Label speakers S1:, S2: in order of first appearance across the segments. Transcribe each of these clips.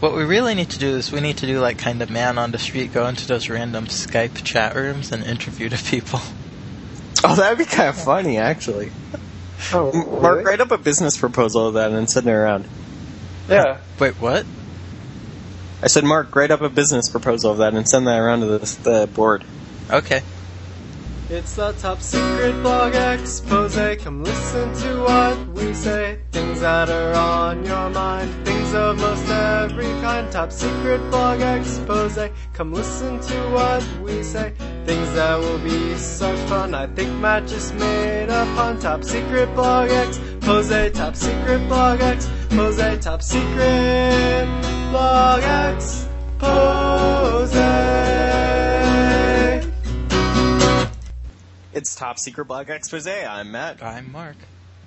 S1: What we really need to do is we need to do like kind of man on the street, go into those random Skype chat rooms and interview the people.
S2: Oh, that'd be kind of funny, actually.
S3: Oh,
S2: Mark, write up a business proposal of that and send it around.
S3: Yeah.
S1: Wait, what?
S2: I said, Mark, write up a business proposal of that and send that around to the, the board.
S1: Okay.
S3: It's the top secret blog expose. Come listen to what we say. Things that are on your mind. Things of most every kind. Top secret blog expose. Come listen to what we say. Things that will be such fun. I think Matt just made a pun. Top secret blog expose. Top secret blog expose. Top secret blog expose.
S2: It's Top Secret Blog Expose. I'm Matt.
S1: I'm Mark.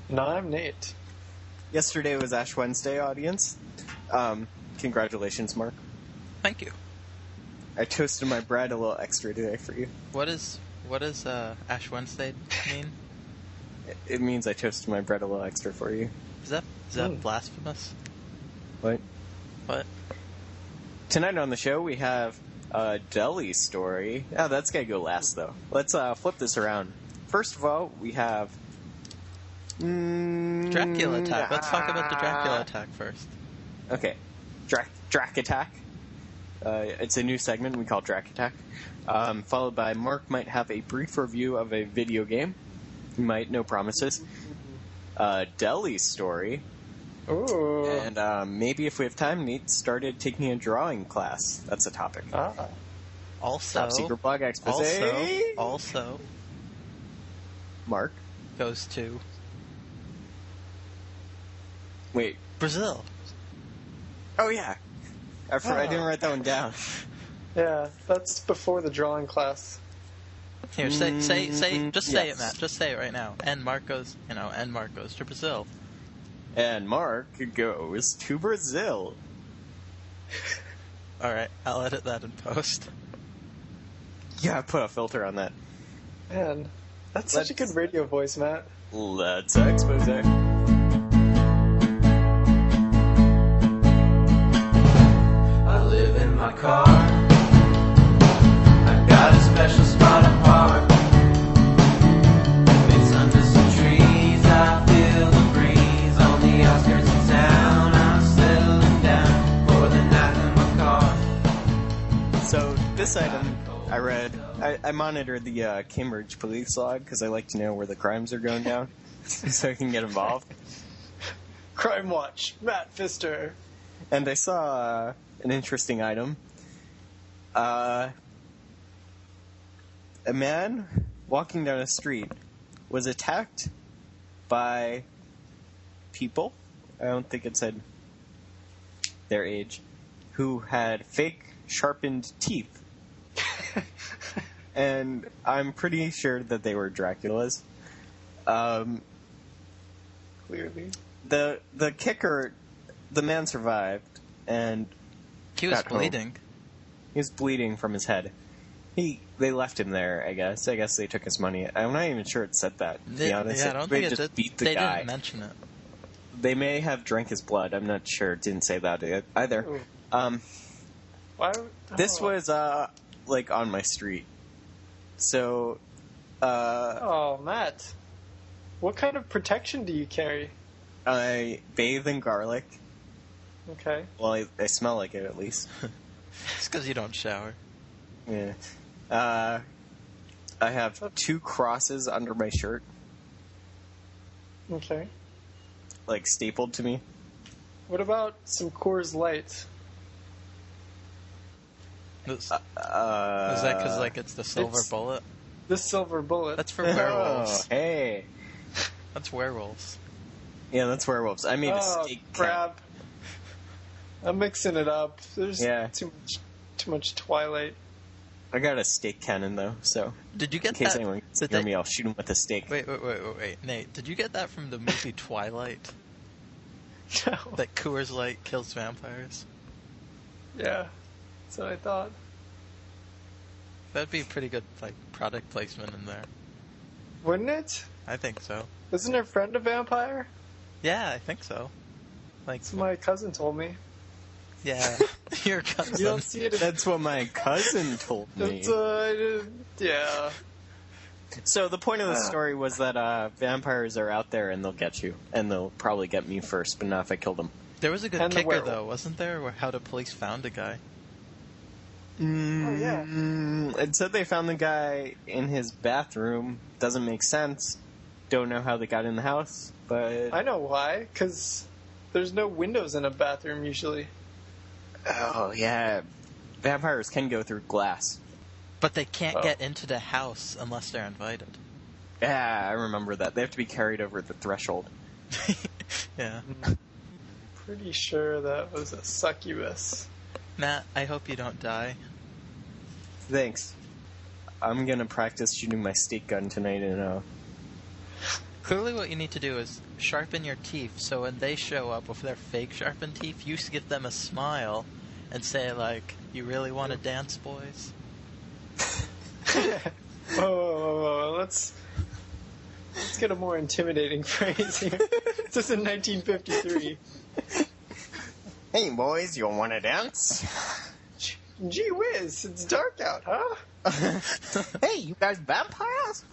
S3: No, I'm Nate.
S2: Yesterday was Ash Wednesday, audience. Um, congratulations, Mark.
S1: Thank you.
S2: I toasted my bread a little extra today for you.
S1: What is what does uh, Ash Wednesday mean?
S2: It, it means I toasted my bread a little extra for you.
S1: Is that is that
S3: Hmm.
S1: blasphemous?
S2: What?
S1: What?
S2: Tonight on the show we have a deli story. Oh, that's gotta go last though. Let's uh, flip this around. First of all, we have mm,
S1: Dracula attack. Let's talk about the Dracula
S2: ah.
S1: attack first.
S2: Okay, Drac Drac Attack. Uh, it's a new segment we call Drac Attack. Um, followed by Mark might have a brief review of a video game. He might, no promises. Uh, deli story,
S3: Ooh.
S2: and um, maybe if we have time, Nate started taking a drawing class. That's a topic.
S3: ah.
S1: Also,
S2: Top secret blog expose.
S1: also, also
S2: Mark.
S1: goes to
S2: Wait.
S1: Brazil.
S2: Oh yeah. I, for- I didn't write that one down.
S3: Yeah, that's before the drawing class.
S1: Here, say, say, say,
S2: Mm,
S1: just say it,
S2: yes.
S1: Matt. Just say it right now. And Mark goes, you know, and Mark goes to Brazil.
S2: And Mark goes to Brazil.
S1: All right, I'll edit that in post.
S2: Yeah, put a filter on that.
S3: Man, that's such a
S2: Let's-
S3: good radio voice, Matt.
S2: Let's expose.
S4: I live in my car. I got a special spot apart. It's under some trees. I feel the breeze on the outskirts of town. I'm settling down for the night in my car.
S2: So this item I read, I, I monitored the uh, Cambridge police log because I like to know where the crimes are going down, so I can get involved.
S3: Crime Watch, Matt Fister.
S2: and I saw uh, an interesting item. Uh, a man walking down a street was attacked by people. I don't think it said their age, who had fake sharpened teeth. and I'm pretty sure that they were Dracula's. Um,
S3: Clearly.
S2: the the kicker, the man survived, and
S1: He was
S2: Got home.
S1: bleeding.
S2: He was bleeding from his head. He they left him there, I guess. I guess they took his money. I'm not even sure it said that. To
S1: They-
S2: be honest,
S1: yeah, I don't
S2: they
S1: think it did-
S2: just beat the
S1: they
S2: guy.
S1: didn't mention it.
S2: They may have drank his blood. I'm not sure. It didn't say that e- either.
S3: Ooh.
S2: Um,
S3: Why? would-
S2: this
S3: oh.
S2: was uh like on my street, so uh,
S3: Oh, Matt. What kind of protection do you carry?
S2: I bathe in garlic.
S3: Okay.
S2: Well, I, I smell like it at least.
S1: It's because you don't shower.
S2: Yeah. Uh, I have two crosses under my shirt,
S3: Okay.
S2: like stapled to me.
S3: What about some Coors Light?
S1: Is,
S2: Uh,
S1: is that because like it's the silver
S2: it's-
S1: bullet?
S3: This silver bullet.
S1: That's for
S2: Oh,
S1: werewolves.
S2: hey.
S1: That's werewolves.
S2: Yeah, that's werewolves. I made a
S3: oh,
S2: steak cut.
S3: crap. I'm mixing it up. There's
S2: Yeah.
S3: too much, too much Twilight.
S2: I got a steak cannon though, so
S1: Did you get
S2: in case
S1: that?
S2: anyone gets
S1: did
S2: near
S1: they-
S2: me, I'll shoot him with a steak.
S1: Wait, wait, wait, wait, wait, Nate. Did you get that from the movie Twilight?
S3: No.
S1: That Coors Light kills vampires.
S3: Yeah. That's what I thought.
S1: That'd be a pretty good like product placement in there.
S3: Wouldn't it?
S1: I think so.
S3: Isn't her friend a vampire?
S1: Yeah, I think so. Like
S3: That's what my cousin told me.
S1: Yeah, your cousin.
S3: You don't see it. In,
S2: That's what my cousin told me.
S3: that's, uh, I didn't- yeah.
S2: So the point of the story was that uh, vampires are out there and they'll get you, and they'll probably get me first, but not if I kill them.
S1: There was a good
S3: And the
S1: kicker
S3: werewolf.
S1: though, wasn't there? Where how the police found a guy.
S2: Mm,
S3: Oh, yeah.
S2: It said they found the guy in his bathroom. Doesn't make sense. Don't know how they got in the house, but
S3: I know why. Cause there's no windows in a bathroom usually.
S2: oh yeah, vampires can go through glass.
S1: But they can't
S3: Oh.
S1: get into the house unless they're invited.
S2: Yeah, I remember that. They have to be carried over the threshold.
S1: yeah.
S3: Mm. Pretty sure that was a succubus.
S1: Matt, I hope you don't die.
S2: Thanks. I'm gonna practice shooting my steak gun tonight and uh
S1: Clearly, what you need to do is sharpen your teeth so when they show up with their fake sharpened teeth, you s- give them a smile and say, like, you really want
S3: Mm.
S1: to dance, boys?
S3: Whoa, whoa, whoa, whoa, whoa. Let's let's get a more intimidating phrase here. this is in 1953.
S2: Hey boys, you wanna dance?
S3: Gee whiz, it's dark out, huh?
S2: hey, you guys vampires?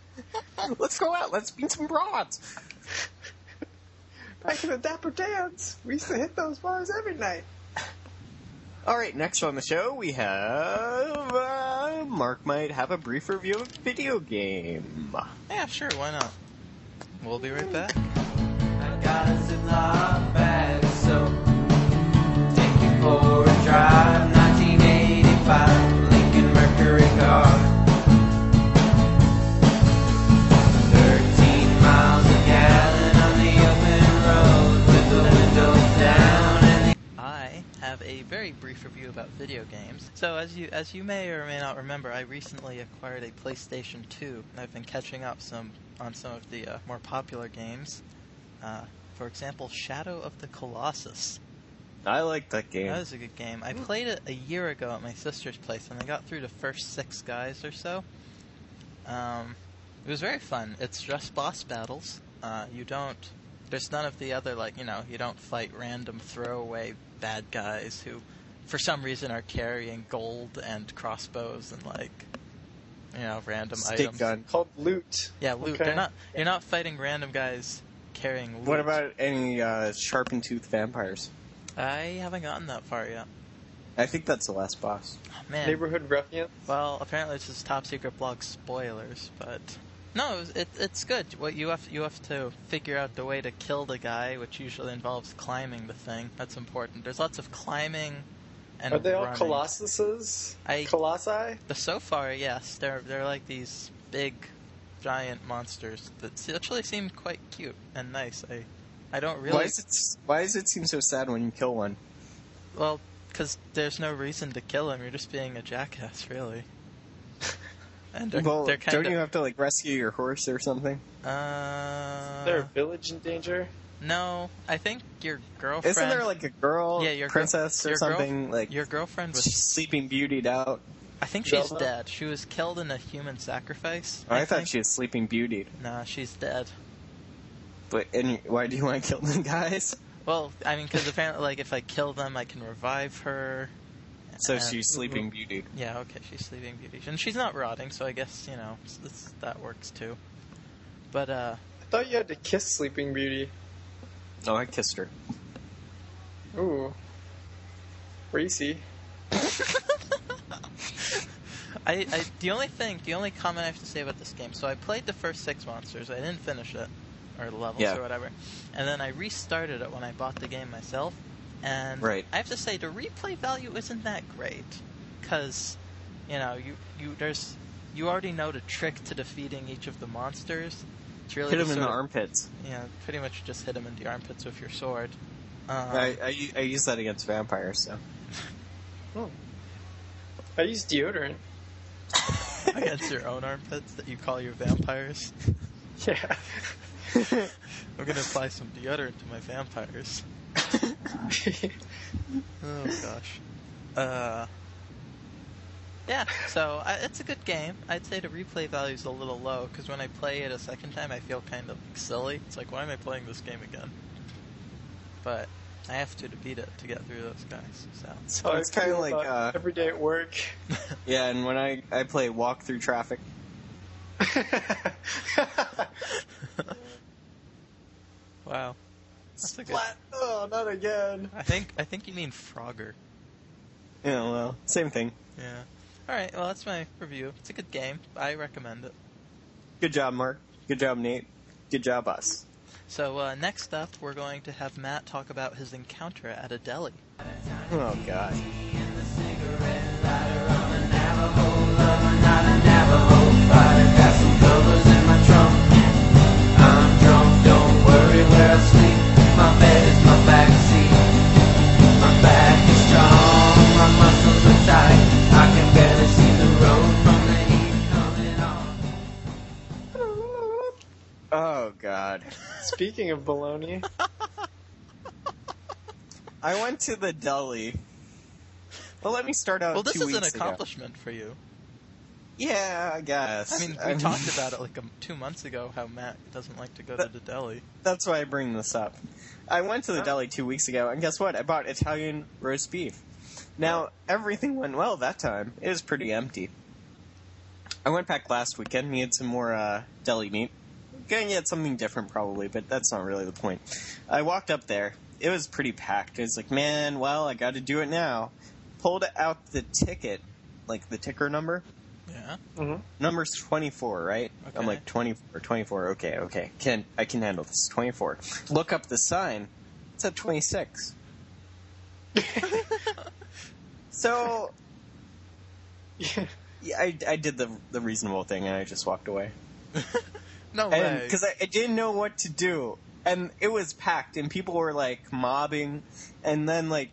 S2: let's go out, let's beat some broads.
S3: Back in the dapper dance, we used to hit those bars every night.
S2: Alright, next on the show we have uh, Mark might have a brief review of a video game.
S1: Yeah, sure, why not? We'll be right back.
S4: I got a Ziploc bag of soap. Take me for a drive, 1985 Lincoln Mercury car. 13 miles a gallon on the open road with the windows down and the
S1: I have a very brief review about video games. So as you as you may or may not remember, I recently acquired a PlayStation 2. and I've been catching up some on some of the uh, more popular games. Uh, for example, Shadow of the Colossus.
S2: I like that game.
S1: That was a good game. I played it a year ago at my sister's place, and I got through the first six guys or so. Um, it was very fun. It's just boss battles. Uh, you don't. There's none of the other like you know. You don't fight random throwaway bad guys who, for some reason, are carrying gold and crossbows and like, you know, random
S2: Stick
S1: items.
S2: gun.
S3: Called loot.
S1: Yeah, loot.
S3: Okay.
S1: They're not. You're not fighting random guys carrying loot.
S2: What about any uh, sharpened tooth vampires?
S1: I haven't gotten that far yet.
S2: I think that's the last boss.
S1: Man,
S3: Neighborhood ruffian.
S1: Well, apparently this is top secret blog spoilers, but no, it, was- it, it's good. What you have you have to figure out the way to kill the guy, which usually involves climbing the thing. That's important. There's lots of climbing and
S3: Are they all
S1: running.
S3: colossuses?
S1: I-
S3: Colossi?
S1: The so far, yes, they're they're like these big, giant monsters that s- actually seem quite cute and nice. I I don't
S2: Why
S1: really
S2: is it? Why does it seem so sad when you kill one?
S1: well because there's no reason to kill him. You're just being a jackass, really. And they're,
S2: well,
S1: they're kind
S2: don't
S1: of
S2: you have to like rescue your horse or something?
S1: uh,
S3: Is there a village in danger?
S1: No, I think your girlfriend.
S2: Isn't there like a girl,
S1: yeah, your girl-
S2: princess or
S1: your girl-
S2: something like
S1: your girlfriend
S2: she's
S1: was?
S2: Sleeping Beauty'd out?
S1: I think she's
S3: Zelda?
S1: dead. She was killed in a human sacrifice.
S2: Oh, I, thought
S1: think.
S2: she was Sleeping Beauty.
S1: Nah, she's dead.
S2: But and why do you want to kill them guys?
S1: Well, I mean, because apparently, like, if I kill them, I can revive her.
S2: So
S1: Uh,
S2: she's Sleeping Beauty.
S1: Yeah, okay, she's Sleeping Beauty, and she's not rotting, so I guess you know it's, it's, that works too. But uh,
S3: I thought you had to kiss Sleeping Beauty.
S2: Oh, I kissed her.
S3: Ooh. Racy.
S1: I, I the only thing, the only comment I have to say about this game. So I played the first six monsters. I didn't finish it, or levels
S2: Yeah.
S1: or whatever. And then I restarted it when I bought the game myself. And
S2: Right.
S1: I have to say, the replay value isn't that great, because you know you you there's you already know the trick to defeating each of the monsters. It's really
S2: Hit him
S1: just
S2: in the
S1: sort of-
S2: armpits.
S1: Yeah, pretty much just hit him in the armpits with your sword. Um,
S2: I, I I use that against vampires. So
S3: Hmm. I use deodorant.
S1: Against your own armpits that you call your vampires.
S3: Yeah.
S1: I'm gonna apply some deodorant to my vampires. Oh gosh. Uh. Yeah, so I, it's a good game. I'd say the replay value is a little low because when I play it a second time, I feel kind of silly. It's like, why am I playing this game again? But I have to to beat it to get through those guys. So
S2: So it's kind of like uh,
S3: every day at work.
S2: yeah. And when I I play walk through traffic,
S1: wow, that's a good.
S3: Flat. Oh, not again.
S1: I think I think you mean Frogger.
S2: you know, well, same thing.
S1: Yeah. All right. Well, that's my review. It's a good game. I recommend it.
S2: Good job, Mark. Good job, Nate. Good job, us.
S1: So uh, next up, we're going to have Matt talk about his encounter at a deli.
S2: Oh God. Oh God.
S3: Speaking of baloney,
S2: I went to the deli. Well, let me start out.
S1: Well, this
S2: two
S1: is an
S2: weeks ago.
S1: accomplishment for you.
S2: Yeah, I
S1: I
S2: guess.
S1: mean, we talked about it like um, two months ago how Matt doesn't like to go to the deli.
S2: That's why I bring this up. I went to the deli two weeks ago, and guess what? I bought Italian roast beef. Now, everything went well that time. It was pretty empty. I went back last weekend, we had some more uh, deli meat. Gonna get something different probably, but that's not really the point. I walked up there. It was pretty packed. I was like, man, well, I gotta do it now. Pulled out the ticket, like the ticker number.
S1: Yeah.
S3: Mhm.
S2: Number's 24, right?
S1: Okay.
S2: I'm like 24, 24. Okay, okay. Can I can handle this. 24. Look up the sign. It's at 26. so yeah, I, I did the the reasonable thing and I just walked away
S1: No way.
S2: because I, I didn't know what to do, and it was packed, and people were like mobbing, and then like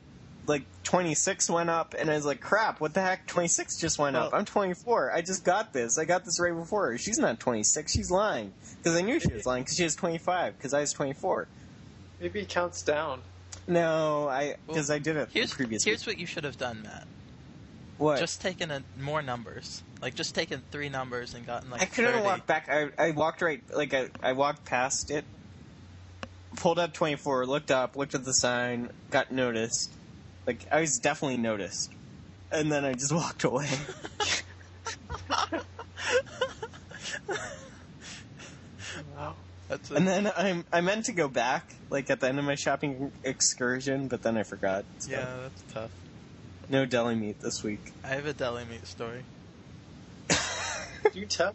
S2: like 26 went up, and I was like, crap, what the heck? 26 just went up.
S1: Well-
S2: I'm 24. I just got this. I got this right before her. She's not 26. She's lying because I knew she was lying because she was 25 because I was 24.
S3: maybe it counts down.
S2: No, I because
S1: Well,
S2: I did it the
S1: Here's,
S2: previous.
S1: here's
S2: week.
S1: what you should have done, Matt.
S2: what
S1: Just taken a, more numbers. Like, just taken three numbers and gotten, like,
S2: I couldn't
S1: 30.
S2: walk back. I, I walked right, like I, I walked past it, pulled up 24, looked up, looked at the sign, got noticed. Like I was definitely noticed, and then I just walked away.
S3: Wow.
S1: That's a,
S2: and then I I meant to go back, like at the end of my shopping excursion, but then I forgot. So.
S1: yeah, that's tough.
S2: No deli meat this week.
S1: I have a deli meat story.
S3: You tell.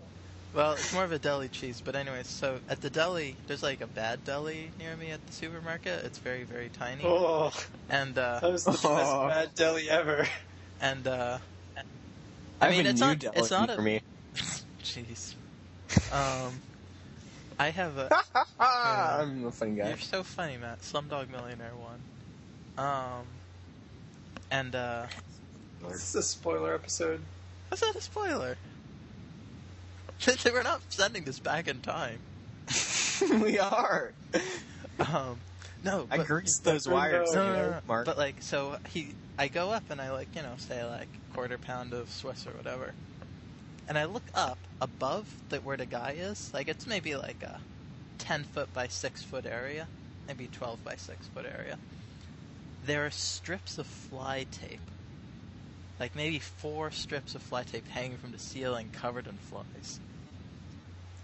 S1: Well, it's more of a deli cheese, but anyway, so at the deli, there's like a bad deli near me at the supermarket. It's very, very tiny.
S3: Oh,
S1: And,
S3: that
S1: uh,
S3: was the best
S2: Oh.
S3: bad deli ever.
S1: and, uh,
S2: I,
S1: mean,
S2: have a
S1: it's
S2: new
S1: not-
S2: deli
S1: it's not
S2: meat
S1: a-
S2: for me.
S1: jeez. Um, I have a, Yeah.
S2: I'm the fun guy.
S1: You're so funny, Matt. Slumdog Millionaire one. Um, and uh,
S3: This is a spoiler episode.
S1: was that a spoiler? We're not sending this back in time.
S2: we are.
S1: Um, no,
S2: I
S1: but,
S2: greased those
S3: but-
S2: wires,
S3: no,
S2: you
S1: no, no, no,
S2: know,
S1: no.
S2: Mark.
S1: Uh, But like, so he, I go up and I like, you know, say like quarter pound of Swiss or whatever, and I look up above that where the guy is. Like, it's maybe like a ten foot by six foot area, maybe twelve by six foot area. There are strips of fly tape, like maybe four strips of fly tape hanging from the ceiling, covered in flies.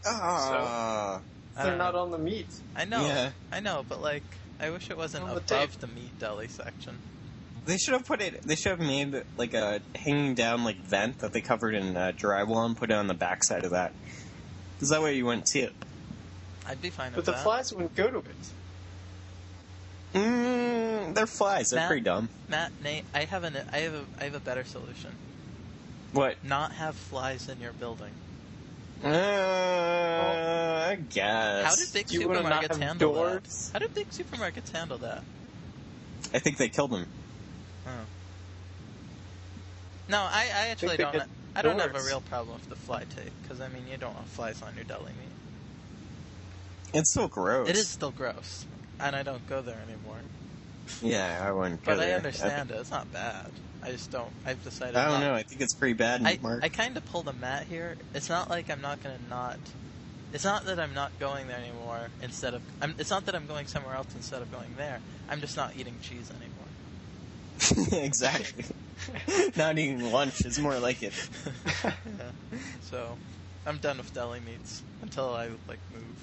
S2: Ah.
S1: I
S3: They're
S1: don't
S3: not
S1: know.
S3: on the meat.
S1: I know,
S2: Yeah.
S1: I know, but like, I wish it wasn't
S3: On the
S1: above
S3: tape.
S1: the meat deli section.
S2: They should have put it. They should have made like a hanging down like vent that they covered in uh, drywall and put it on the backside of that. Because that way you wouldn't see it.
S1: I'd be fine
S3: But
S1: with
S3: the
S1: that.
S3: flies wouldn't go to it.
S2: Mm, they're flies. They're
S1: Matt?
S2: pretty dumb.
S1: Matt, Nate, I have an I have a I have a better solution.
S2: What?
S1: Not have flies in your building.
S2: Uh, I guess.
S1: How do big
S3: You wanna not
S1: supermarkets
S3: have
S1: handle
S3: doors?
S1: that? How do big supermarkets handle that?
S2: I think they killed him.
S1: Oh. No, I, I actually
S3: they
S1: don't.
S3: get
S1: I don't have a
S3: doors.
S1: real problem with the fly tape because I mean you don't want flies on your deli meat.
S2: It's so gross.
S1: It is still gross, and I don't go there anymore.
S2: Yeah, I wouldn't. go
S1: But I
S2: there.
S1: understand it. It's not bad. I just don't. I've
S2: I,
S1: decided.
S2: I don't
S1: not-
S2: know. I think it's pretty bad,
S1: I,
S2: Mark.
S1: I kind of pulled a mat here. It's not like I'm not gonna not It's not that I'm not going there anymore. Instead of, I'm, it's not that I'm going somewhere else instead of going there. I'm just not eating cheese anymore.
S2: exactly. Not eating lunch is more like it.
S1: Yeah. So, I'm done with deli meats until I like move.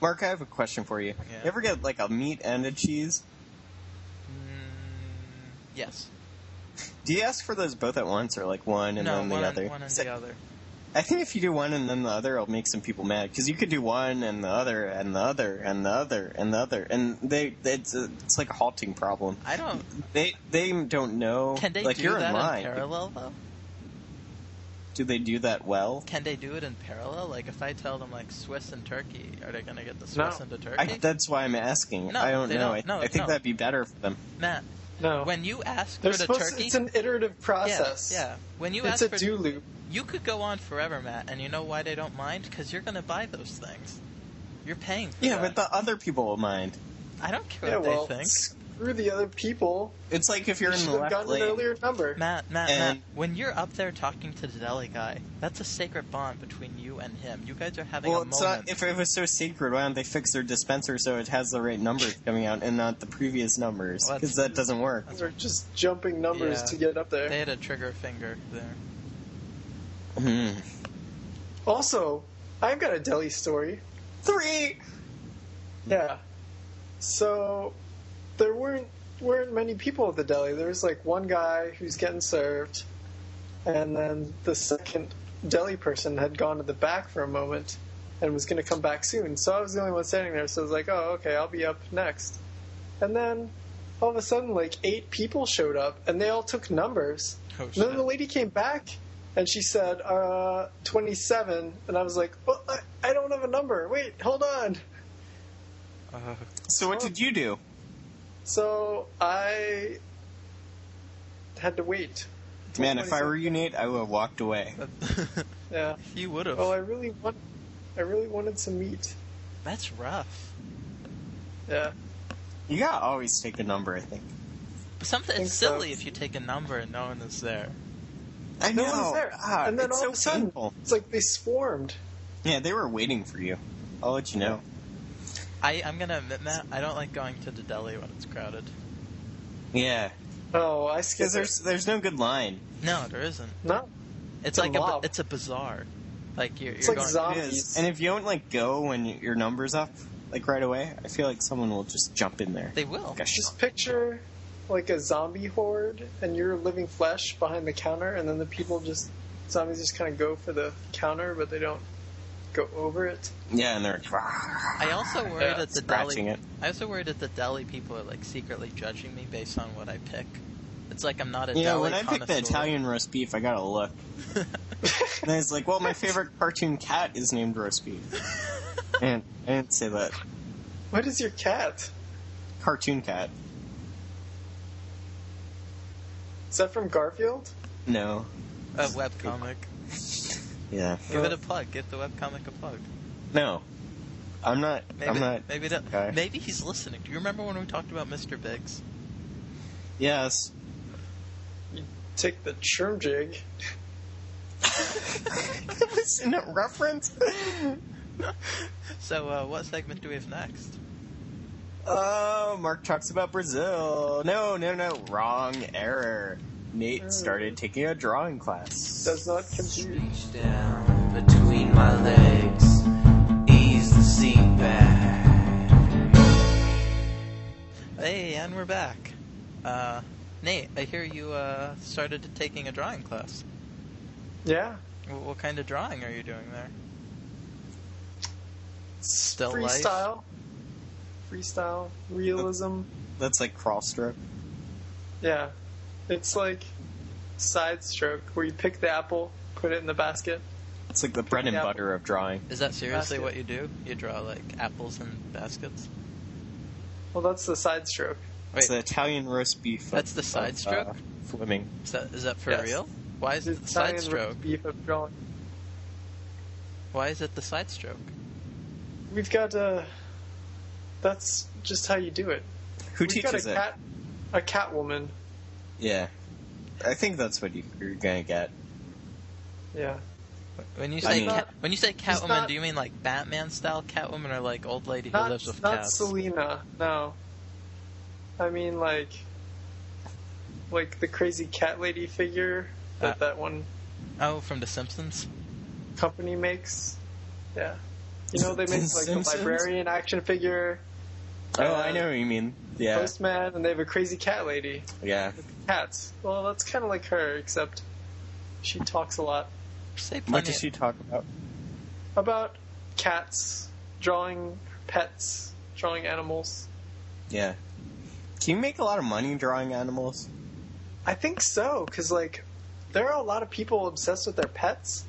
S2: Mark, I have a question for you.
S1: Yeah.
S2: You ever get like a meat and a cheese?
S1: Mm, yes.
S2: Do you ask for those both at once, or like one and
S1: no,
S2: then the
S1: one, and-
S2: other?
S1: one and
S2: So-
S1: the other.
S2: I think if you do one and then the other, it'll make some people mad because you could do one and the other and the other and the other and the other, and they it's a, it's like a halting problem.
S1: I don't.
S2: They they don't know.
S1: Can they
S2: like
S1: do
S2: you're
S1: that
S2: in line.
S1: parallel though?
S2: Do they do that well?
S1: Can they do it in parallel? Like if I tell them like Swiss and Turkey, are they gonna get the
S3: No.
S1: Swiss and the Turkey?
S2: I, that's why I'm asking.
S1: No,
S2: I don't
S1: they
S2: know.
S1: don't.
S2: I,
S1: No,
S2: I think
S1: no.
S2: that'd be better for them.
S1: Matt,
S3: No.
S1: when you ask
S3: They're
S1: for the
S3: supposed to-
S1: turkey,
S3: it's an iterative process.
S1: yeah, yeah. When you
S3: It's
S1: ask
S3: a
S1: for
S3: do loop.
S1: you could go on forever, Matt, and you know why they don't mind? Because you're gonna buy those things. You're paying. For
S2: Yeah,
S1: that.
S2: but the other people will mind.
S1: I don't care
S3: Yeah,
S1: what
S3: well,
S1: they think.
S3: screw the other people.
S2: It's like if you're
S3: You
S2: in
S3: should
S2: the
S3: have
S2: left
S3: gotten an
S2: lane.
S3: earlier number.
S1: Matt, Matt,
S2: And-
S1: Matt, when you're up there talking to the deli guy, that's a sacred bond between you and him. You guys are having
S2: Well,
S1: a
S2: it's
S1: moment.
S2: not, if it was so sacred, why don't they fix their dispenser so it has the right numbers coming out and not the previous numbers?
S1: Well,
S2: Because
S1: that's-
S2: that doesn't work.
S3: They're just jumping numbers
S1: Yeah.
S3: to get up there.
S1: they had a trigger finger there.
S2: Hmm.
S3: Also, I've got a deli story.
S2: Three.
S3: Yeah. So there weren't weren't many people at the deli. There was like one guy who's getting served, and then the second deli person had gone to the back for a moment and was going to come back soon. So I was the only one standing there. So I was like, "Oh, okay, I'll be up next." And then all of a sudden, like eight people showed up, and they all took numbers.
S1: Oh,
S3: And then the
S1: shit.
S3: lady came back and she said, uh, 27. And I was like, well, I, I don't have a number. Wait, hold on.
S1: Uh,
S2: So what did you do?
S3: So I had to wait.
S2: Man, if I were you, Nate, I would have walked away.
S1: that-
S3: Yeah.
S1: you would have.
S3: Oh, I really want, I really wanted some meat.
S1: That's rough.
S3: Yeah.
S2: You gotta always take a number, I think.
S1: But Something
S3: Think
S1: it's
S3: so.
S1: silly if you take a number and no one is there.
S2: I
S3: No
S2: know.
S3: one's there.
S2: Ah,
S3: and then
S2: it's
S3: all
S2: so
S3: of a sudden,
S2: painful.
S3: it's like they swarmed.
S2: Yeah, they were waiting for you. I'll let you know.
S1: I, I'm gonna admit, Matt, I don't like going to the deli when it's crowded.
S2: Yeah,
S3: Oh, I
S2: because
S3: skipped.
S2: there's there's no good line.
S1: No, there isn't.
S3: no.
S1: It's
S3: a
S1: like a,
S3: mob.
S1: it's a bazaar. Like you're,
S3: It's
S1: you're
S3: like
S1: going.
S2: It
S3: zombies.
S2: is. And if you don't like go when y- your number's up, like right away, I feel like someone will just jump in there.
S1: they will.
S2: Like a sh-
S3: Just picture like a zombie horde, and you're living flesh behind the counter, and then the people just zombies just kind of go for the counter, but they don't go over it.
S2: yeah, and they're
S1: I also worry
S3: Yeah,
S1: that the
S2: scratching
S1: deli.
S2: it.
S1: I also worry that the deli people are like secretly judging me based on what I pick. It's like I'm not a
S2: You know,
S1: deli
S2: when I picked the
S1: connoisseur.
S2: Italian roast beef, I got a look. and I was like, well, my favorite cartoon cat is named roast beef. and I didn't say that.
S3: What is your cat?
S2: Cartoon cat.
S3: Is that from Garfield?
S2: No.
S1: a webcomic.
S2: Yeah.
S1: Give it a plug. Give the webcomic a plug.
S2: No. I'm not.
S1: Maybe,
S2: I'm not.
S1: maybe that,
S2: guy.
S1: maybe he's listening. Do you remember when we talked about Mr. Biggs?
S2: Yes.
S3: Take the churn jig.
S2: it was in a reference.
S1: So, uh, what segment do we have next?
S2: Oh, Mark talks about Brazil. No, no, no. Wrong error. Nate started taking a drawing class.
S3: Does not compute.
S4: Reach down between my legs, ease the seat back.
S1: Hey, and we're back. Uh, Nate, I hear you uh, started taking a drawing class.
S3: Yeah.
S1: What, what kind of drawing are you doing there? Still life?
S3: Freestyle. Freestyle. Realism.
S2: That's like cross stroke.
S3: Yeah. It's like side stroke where you pick the apple, put it in the basket.
S2: It's like the bread and
S3: Yeah.
S2: butter of drawing.
S1: Is that seriously
S3: Basket.
S1: what you do? You draw like apples in baskets?
S3: Well, that's the side stroke.
S1: Wait,
S2: It's the Italian roast beef. of-
S1: That's the side
S2: of,
S1: stroke?
S2: Uh, Fleming.
S1: is that, is that for
S3: Yes.
S1: real? Why is
S3: The
S1: it the side
S3: Italian
S1: stroke?
S3: roast beef of drawing.
S1: Why is it the side stroke?
S3: We've got Uh, that's just how you do it.
S2: Who
S3: We've
S2: teaches
S3: got a
S2: it?
S3: cat, a cat woman.
S2: Yeah. I think that's what you, you're gonna get.
S3: Yeah.
S1: When you
S2: I
S1: say
S2: mean-
S1: cat, when you say Catwoman,
S3: not-
S1: do you mean like Batman style Catwoman or like old lady who
S3: Not,
S1: lives with
S3: not
S1: cats?
S3: Selena, no. I mean, like, like the crazy cat lady figure that
S1: Uh.
S3: that one
S1: Oh, from The Simpsons.
S3: company makes. Yeah, you know they
S2: The
S3: make like the
S2: Simpsons?
S3: librarian action figure,
S1: Uh,
S2: Oh, I know what you mean. Yeah,
S3: postman, and they have a crazy cat lady.
S2: yeah.
S3: Cats. Well, that's kind of like her, except she talks a lot
S1: Say
S2: What
S1: plenty.
S2: does she talk about?
S3: about cats, drawing pets, drawing animals.
S2: Yeah. Can you make a lot of money drawing animals?
S3: I think so, because like there are a lot of people obsessed with their pets,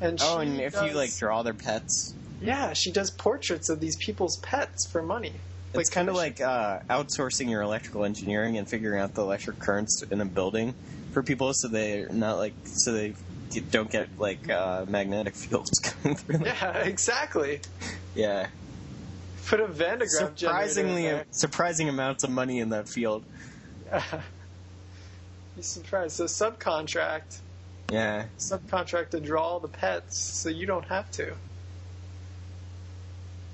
S3: and
S2: Oh,
S3: she
S2: and if you
S3: does-
S2: like draw their pets,
S3: yeah, she does portraits of these people's pets for money.
S2: it's kind of
S3: commission.
S2: like uh, outsourcing your electrical engineering and figuring out the electric currents in a building for people, so they're not like so they d- don't get like uh, magnetic fields coming through. Them.
S3: yeah, exactly.
S2: Yeah.
S3: Put a Van de Graaff
S2: Surprisingly,
S3: generator
S2: surprising amounts of money in that field.
S3: in there. you surprised. So subcontract,
S2: Yeah.
S3: subcontract to draw all the pets, so you don't have to.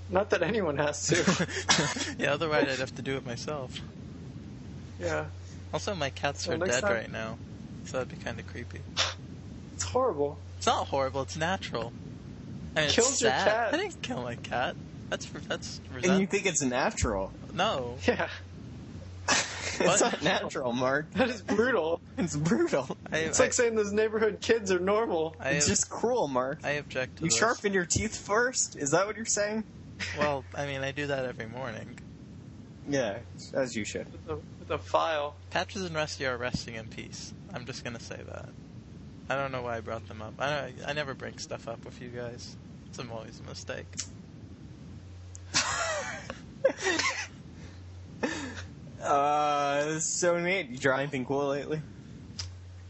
S3: Not that anyone has to.
S1: yeah, otherwise I'd have to do it myself.
S3: yeah,
S1: Also, my cats
S3: Well,
S1: are
S3: next
S1: dead
S3: time-
S1: right now, so that'd be kind of creepy.
S3: it's horrible.
S1: It's not horrible. It's natural. I mean,
S3: Killed
S1: it's
S3: your
S1: sad.
S3: cat.
S1: I didn't kill my cat. That's for, that's
S2: And you
S1: resent-
S2: think it's natural?
S1: no.
S3: Yeah,
S2: it's
S1: What?
S2: not natural, Mark.
S3: that is brutal.
S2: It's brutal.
S1: I,
S3: It's
S1: I,
S3: like saying those neighborhood kids are normal.
S1: I,
S2: It's just cruel, Mark.
S1: I object to
S2: You
S1: this.
S2: sharpen your teeth first? Is that what you're saying?
S1: Well, I mean, I do that every morning.
S2: Yeah, as you should.
S3: With a, with a file.
S1: Patches and Rusty are resting in peace. I'm just gonna say that. I don't know why I brought them up. I don't, I never bring stuff up with you guys. It's always a mistake.
S2: Uh, this is so neat. You draw anything cool lately?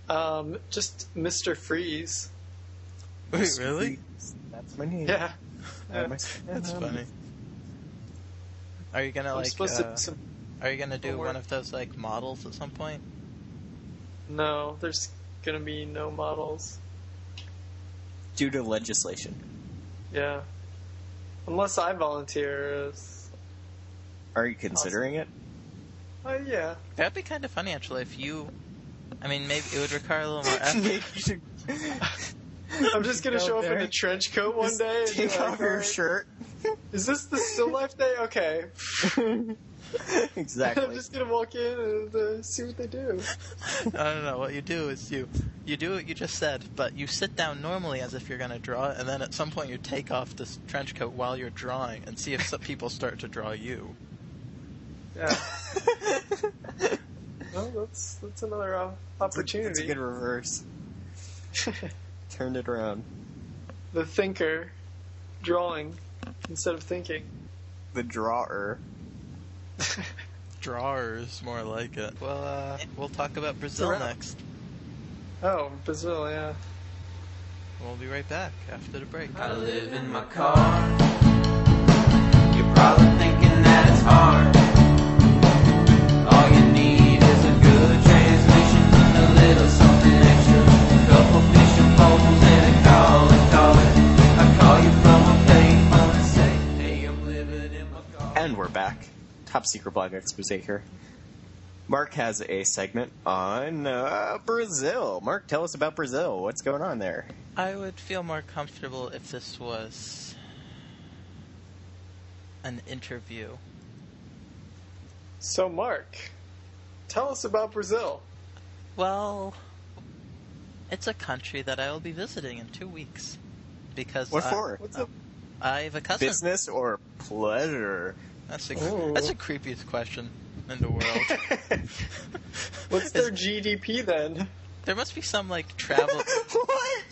S3: Um, just Mr. Freeze.
S1: Wait, really?
S2: That's my name.
S3: Yeah.
S2: Uh, my-
S1: That's
S2: um,
S1: funny. Are you gonna
S3: I'm
S1: like?
S3: supposed to
S1: uh,
S3: do some.
S1: are you gonna do
S3: homework.
S1: one of those like models at some point?
S3: No, there's gonna be no models.
S2: Due to legislation,
S3: Yeah. Unless I volunteer. As,
S2: are you considering it?
S3: uh, yeah.
S1: That'd be kind of funny actually if you. I mean, maybe it would require a little more effort.
S2: Nick, you should-
S3: I'm just gonna
S2: Go
S3: show up
S2: there.
S3: in a trench coat one
S2: Just
S3: day. and be
S2: Take
S3: like,
S2: off your
S3: "Alright,
S2: shirt.
S3: Is this the still life day? Okay. I'm
S2: exactly.
S3: just gonna walk in and uh, see what they do.
S1: I don't know. What you do is you you do what you just said, but you sit down normally as if you're going to draw, and then at some point you take off this trench coat while you're drawing and see if some people start to draw you.
S3: Yeah. well, that's that's another uh,
S2: That's a
S3: opportunity.
S2: good reverse. Turned it around.
S3: the thinker drawing instead of thinking.
S2: The drawer.
S1: Drawers, more like it. Well, uh, we'll talk about Brazil
S3: Correct.
S1: next.
S3: Oh, Brazil, yeah.
S1: We'll be right back after the break.
S4: I live in my car. You're probably thinking that it's hard. All you need is a good transmission and a little something extra. Couple fish and bowls and a call and call it. I call you from a payphone and say, Hey, I'm living in my car.
S2: And we're back. Top Secret Blog Expose here. Mark has a segment on uh, Brazil. Mark, tell us about Brazil. What's going on there?
S1: I would feel more comfortable if this was an interview.
S3: So, Mark, tell us about Brazil.
S1: Well, it's a country that I will be visiting in two weeks because
S2: What
S1: I,
S2: for?
S3: Uh, What's up?
S1: I have a cousin.
S2: Business or pleasure?
S1: That's the
S3: Ooh.
S1: that's the creepiest question in the world.
S3: What's their GDP then?
S1: there must be some like travel.
S2: what?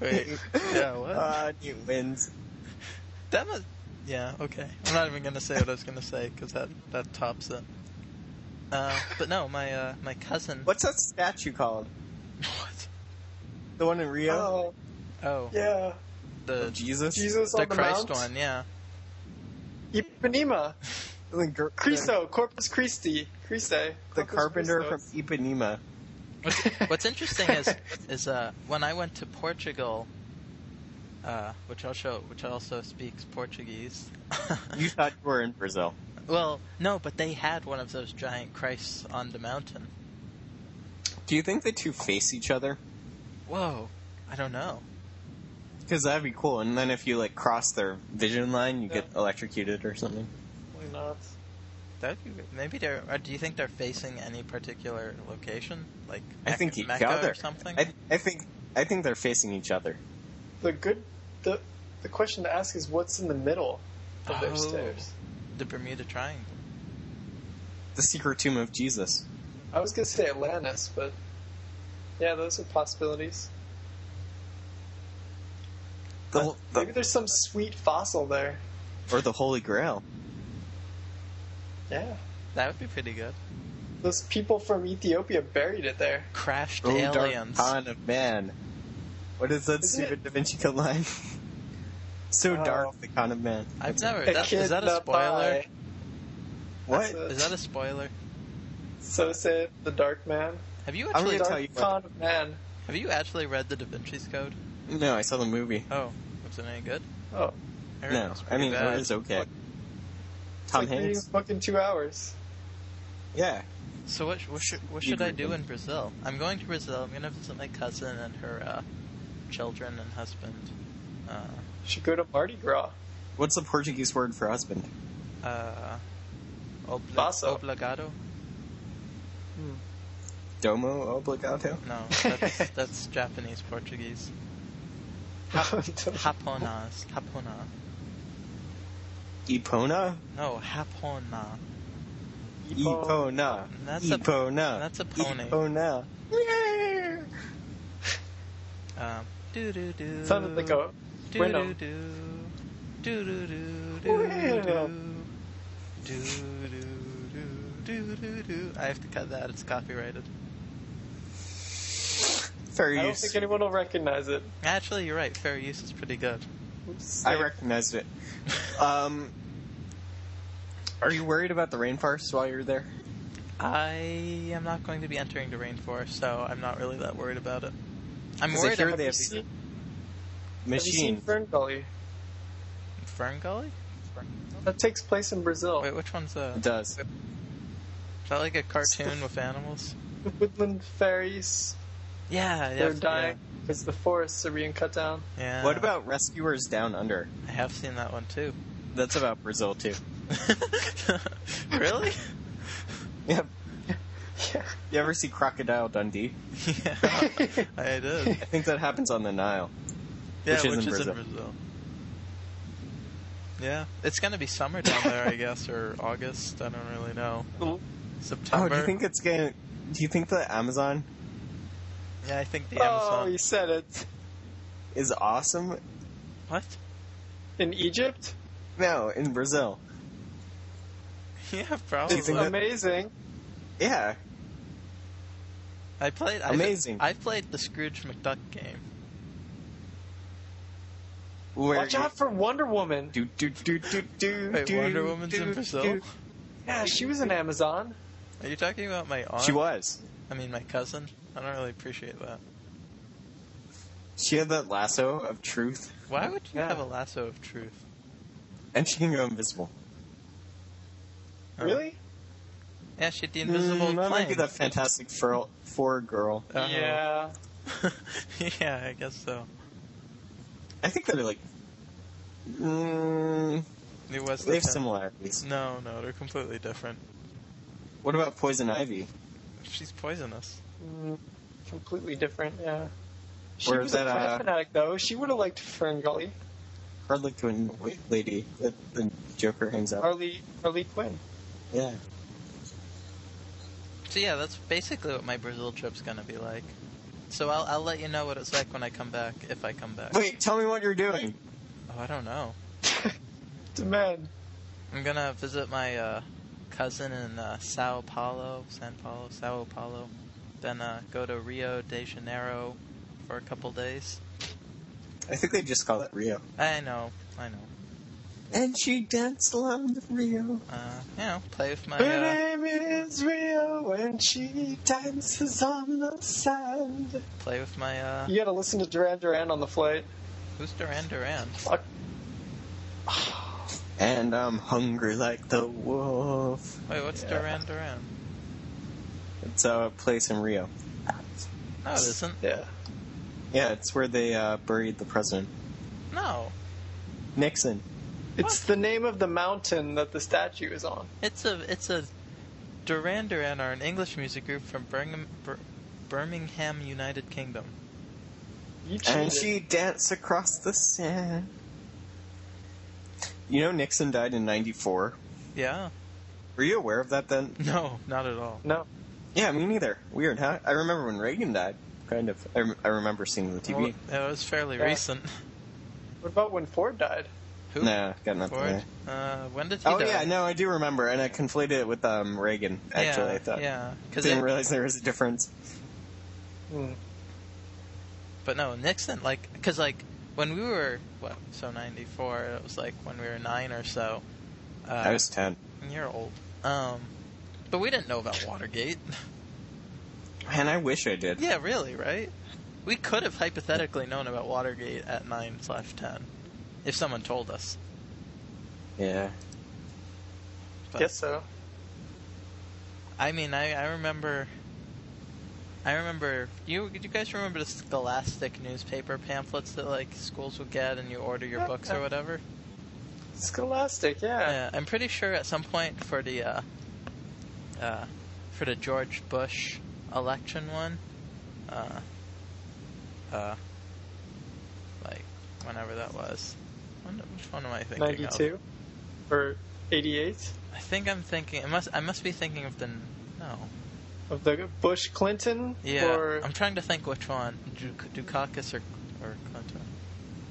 S1: Wait, yeah, what?
S2: Uh, you wins.
S1: that must. Yeah, okay. I'm not even gonna say what I was gonna say because that that tops it. Uh, but no, my uh, my cousin.
S2: What's that statue called?
S1: What?
S2: The one in Rio?
S3: Oh,
S1: Oh,
S3: yeah.
S1: the
S2: Jesus.
S3: Jesus
S1: the
S3: on the
S1: Christ
S3: Mount.
S1: one. Yeah,
S3: Ipanema.
S2: The, gr-
S3: Cristo, Corpus Christi. Christe.
S2: the
S3: Corpus
S2: carpenter
S3: Christos.
S2: from Ipanema.
S1: What's, what's interesting is is uh, when I went to Portugal, uh, which also which also speaks Portuguese.
S2: you thought you were in Brazil.
S1: well, no, but they had one of those giant Christs on the mountain.
S2: Do you think the two face each other?
S1: Whoa, I don't know.
S2: Because that'd be cool. And then if you like cross their vision line, you get
S3: Yeah.
S2: electrocuted or something.
S3: Why not?
S1: That would be, maybe they're. Or do you think they're facing any particular location, like
S2: I
S1: Mecca-
S2: think each
S1: Mecca
S2: other.
S1: or something?
S2: I, I think I think they're facing each other.
S3: The good, the the question to ask is what's in the middle of
S1: Oh.
S3: their stairs.
S1: the Bermuda Triangle.
S2: The secret tomb of Jesus.
S3: I was gonna say Atlantis, but yeah, those are possibilities.
S2: The,
S3: Maybe
S2: the,
S3: there's some sweet fossil there.
S2: or the Holy Grail.
S3: Yeah,
S1: That would be pretty good.
S3: those people from Ethiopia buried it there.
S1: Crashed
S2: Oh,
S1: aliens.
S2: dark dawn of man. What is that
S3: Isn't
S2: stupid Da Vinci Code line? so
S3: Oh.
S2: dark, the con of man.
S1: I've never.
S3: A
S1: That,
S3: kid
S1: is that
S3: in
S1: a spoiler?
S3: pie.
S2: What?
S3: That's
S1: Is that a spoiler?
S3: So say the Dark Man.
S1: Have you
S2: I'm
S1: actually
S2: gonna
S3: Dark
S2: tell you what.
S3: Con of Man.
S1: have you actually read the Da Vinci's Code?
S2: No, I saw the movie.
S1: Oh, was it any good?
S3: Oh,
S1: I heard it
S2: No,
S1: was
S2: I
S1: pretty
S2: mean
S1: bad.
S2: it is okay.
S3: it's
S2: Tom
S3: like reading
S2: Hanks.
S3: a book in two hours.
S2: Yeah,
S1: So what? sh- What should, what
S2: You
S1: should I
S2: agree
S1: do
S2: with
S1: in Brazil? I'm going to Brazil. I'm gonna visit my cousin and her uh, children and husband. Uh,
S3: Should go to Mardi Gras.
S2: What's the Portuguese word for husband?
S1: uh, obli-
S3: Vaso.
S1: obligado?
S2: Domo obligato?
S1: No, that's, that's Japanese Portuguese. Haponas, Hapona.
S2: Ipona?
S1: No, Hapona.
S3: Ipo-
S2: Ipona.
S1: That's a-
S2: Ipona.
S1: that's a pony.
S2: Ipona.
S1: Um, doo doo doo.
S3: Sounded like a
S1: Doo
S3: bueno.
S1: doo doo. Doo doo doo doo
S3: Bueno.
S1: doo. Doo doo doo doo doo doo. I have to cut that. It's copyrighted.
S2: Fair
S3: I don't
S2: use.
S3: think anyone will recognize it.
S1: Actually, you're right. Fair use is pretty good.
S3: Oops.
S2: I recognized it. Um, are you worried about the rainforest while you're there?
S1: I am not going to be entering the rainforest, so I'm not really that worried about it. I'm
S2: 'Cause I
S1: worried
S2: hear
S1: about
S2: they
S3: have, you
S2: have
S3: seen, have you seen
S2: Machine.
S3: Fern Gully?
S1: Fern Gully.
S3: That takes place in Brazil.
S1: Wait, which one's a?
S2: It
S1: Is
S2: does.
S1: that like a cartoon with animals?
S3: The woodland fairies,
S1: Yeah, yeah,
S3: they're dying because the forests are being cut down.
S1: Yeah, yeah.
S2: What about Rescuers Down Under?
S1: I have seen that one too.
S2: That's about Brazil too.
S1: really?
S2: Yeah.
S3: Yeah.
S2: You ever see Crocodile Dundee?
S1: yeah, I did.
S2: I think that happens on the Nile.
S1: Yeah,
S2: Which is
S1: which
S2: in
S1: is in
S2: Brazil.
S1: Brazil. Yeah, it's gonna be summer down there, I guess, or August. I don't really know. September.
S2: Oh, do you think it's gonna? Do you think the Amazon
S1: Yeah, I think the
S3: Oh,
S1: Amazon.
S3: you said it.
S2: is awesome?
S1: What?
S3: In Egypt?
S2: No, in Brazil.
S1: Yeah, probably.
S3: It's
S2: think that-
S3: amazing.
S2: Yeah,
S1: I played. I
S2: Amazing.
S1: I played the Scrooge McDuck game.
S2: where
S3: Watch out for Wonder Woman.
S2: Do do do do do.
S1: Wait,
S2: do,
S1: Wonder Woman's in
S2: do,
S1: Brazil?
S2: do.
S3: Yeah, she was an Amazon.
S1: Are you talking about my aunt?
S2: She was.
S1: I mean, my cousin. I don't really appreciate that.
S2: She had that lasso of truth,
S1: Why would you
S3: Yeah.
S1: have a lasso of truth?
S2: and she can go invisible. Uh-huh.
S1: Oh.
S3: Really?
S1: Yeah, she had the invisible
S2: Mm, that might be
S1: plane.
S2: the Fantastic Four, Four girl.
S1: Oh.
S3: Yeah.
S1: yeah, I guess so.
S2: I think they're like. Mm,
S1: It was.
S2: they
S1: the
S2: have
S1: time.
S2: similarities.
S1: No, no, they're completely different.
S2: What about Poison Ivy?
S1: She's poisonous.
S3: Mm, completely different, yeah. She
S2: Or
S3: was
S2: is that,
S3: a craft
S2: uh,
S3: fanatic, though. She would have liked Fern Gully.
S2: Hard luck to a lady that the Joker hangs out.
S3: Harley, Harley Quinn.
S2: Yeah.
S1: So yeah, that's basically what my Brazil trip's gonna be like. So I'll I'll let you know what it's like when I come back, if I come back.
S2: Wait, tell me what you're doing.
S1: Oh, I don't know.
S3: The man.
S1: I'm gonna visit my uh, cousin in uh, Sao Paulo, San Paulo, Sao Paulo. Then uh, go to Rio de Janeiro for a couple days.
S2: I think they just call it Rio.
S1: I know, I know.
S2: And she danced around Rio.
S1: Uh, you know, play with my
S3: Her
S1: uh,
S3: name name is Rio, and she dances on the sand.
S1: Play with my uh.
S3: You gotta listen to Duran Duran on the flight.
S1: Who's Duran Duran?
S3: Fuck.
S2: And I'm hungry like the wolf.
S1: Wait, what's
S3: Yeah.
S1: Duran Duran?
S2: It's a place in Rio.
S1: No, it isn't.
S3: Yeah.
S2: Yeah, it's where they uh, buried the president.
S1: No,
S2: Nixon.
S3: It's the name of the mountain that the statue is on.
S1: it's a it's a Duran Duran are an English music group from Birmingham, Bir- Birmingham, United Kingdom.
S3: You
S2: And
S3: cheated.
S2: she danced across the sand. You know, Nixon died in 94.
S1: Yeah.
S2: Were you aware of that then?
S1: No, not at all.
S3: No.
S2: Yeah, me neither. Weird, huh? I remember when Reagan died. Kind of. I, rem- I remember seeing it on
S1: Well,
S2: TV.
S1: it was fairly
S3: Yeah.
S1: recent.
S3: What about when Ford died?
S1: Who?
S2: nah, got nothing
S1: Ford?
S2: there.
S1: Uh, when did he
S2: Oh,
S1: die?
S2: yeah, no, I do remember. And I conflated it with um, Reagan, actually,
S1: yeah,
S2: I thought.
S1: yeah. 'Cause
S2: Didn't
S1: it-
S2: realize there was a difference.
S3: Hmm.
S1: But no, Nixon, like, because, like, when we were, what, so 94, it was like when we were nine or so. Uh,
S2: I was 10.
S1: You're old. Um, but we didn't know about Watergate.
S2: Man, I wish I did.
S1: yeah, really, right? We could have hypothetically known about Watergate at 9 slash 10 if someone told us.
S2: Yeah.
S1: But,
S3: Guess so.
S1: I mean, I, I remember. I remember. You do you guys remember the Scholastic newspaper pamphlets that like schools would get, and you order your books or whatever?
S3: Scholastic, yeah.
S1: Yeah, Uh, I'm pretty sure at some point for the uh, uh, for the George Bush election one, uh, uh, like whenever that was. When, which one am I thinking of?
S3: 92 or 88
S1: I think I'm thinking. It must. I must be thinking of the. n- No.
S3: of the Bush Clinton
S1: Yeah.
S3: or
S1: I'm trying to think which one. Du- Dukakis or or Clinton.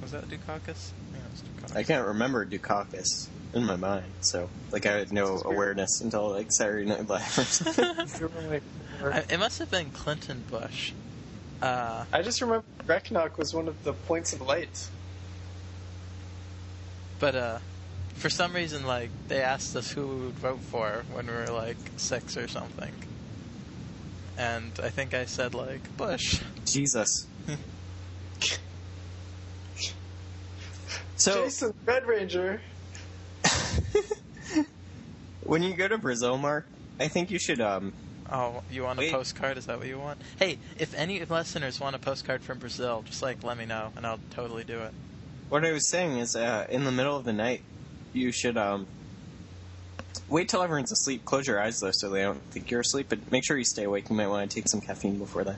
S1: Was that Dukakis? Yeah, it was Dukakis.
S2: I can't remember Dukakis in my mind, so like I had no
S3: That's weird.
S2: awareness until like Saturday Night Live. Or something.
S3: you were like- or-
S1: I- it must have been Clinton Bush. Uh,
S3: I just remember Reknock was one of the points of light.
S1: But uh, for some reason, like they asked us who we would vote for when we were like six or something, and I think I said like Bush.
S2: Jesus. so
S3: Jason Red Ranger.
S2: when you go to Brazil, Mark, I think you should. Um,
S1: Oh, you want a
S2: Wait.
S1: postcard? Is that what you want? Hey, if any listeners want a postcard from Brazil, just like let me know, and I'll totally do it.
S2: what I was saying is, uh, in the middle of the night, you should um, wait till everyone's asleep. Close your eyes though, so they don't think you're asleep. But make sure you stay awake. You might want to take some caffeine before that.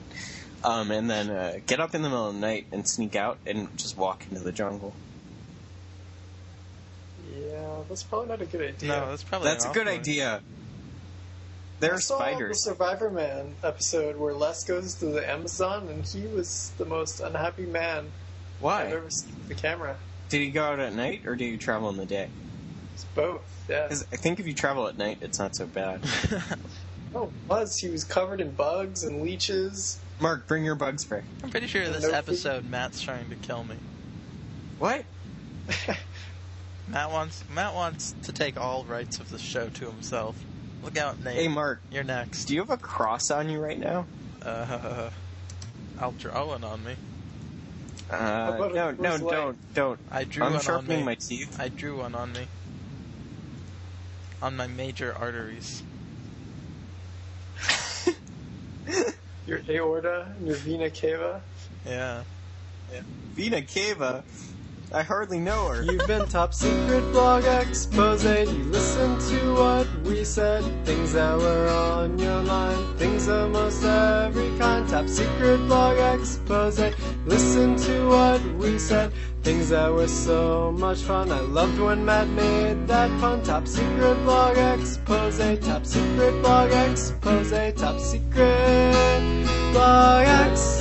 S2: Um, and then uh, get up in the middle of the night and sneak out and just walk into the jungle.
S3: Yeah, that's probably not a good idea.
S1: No, that's probably
S2: That's a
S1: an
S2: good
S1: awful one.
S2: idea. There
S3: I
S2: are
S3: saw
S2: spiders.
S3: The Survivor Man episode where Les goes to the Amazon and he was the most unhappy man I've
S2: Why?
S3: ever seen on the camera.
S2: Did he go out at night or did he travel in the day?
S3: It's both. Yeah.
S2: Because I think if you travel at night, it's not so bad.
S3: No, it was Oh, he was covered in bugs and leeches.
S2: Mark, bring your bug spray.
S1: I'm pretty sure this
S3: No food.
S1: episode Matt's trying to kill me.
S2: What?
S1: Matt wants Matt wants to take all rights of the show to himself. Look out, Nate.
S2: Hey, Mark,
S1: You're next.
S2: do you have a cross on you right now?
S1: Uh, I'll draw one on me.
S2: Uh,
S3: about a
S2: no, no,
S3: Coors Light?
S2: don't, don't.
S1: I drew
S2: I'm
S1: one on me.
S2: sharpening my teeth.
S1: I drew one on me. On my major arteries.
S3: Your aorta, and your vena cava.
S1: Yeah.
S2: Vina Cava. I hardly know her.
S3: You've been top secret blog expose. You listened to what we said. Things that were on your mind. Things of most every kind. Top secret blog expose. Listen to what we said. Things that were so much fun. I loved when Matt made that pun. Top secret blog expose. Top secret blog expose. Top secret blog expose.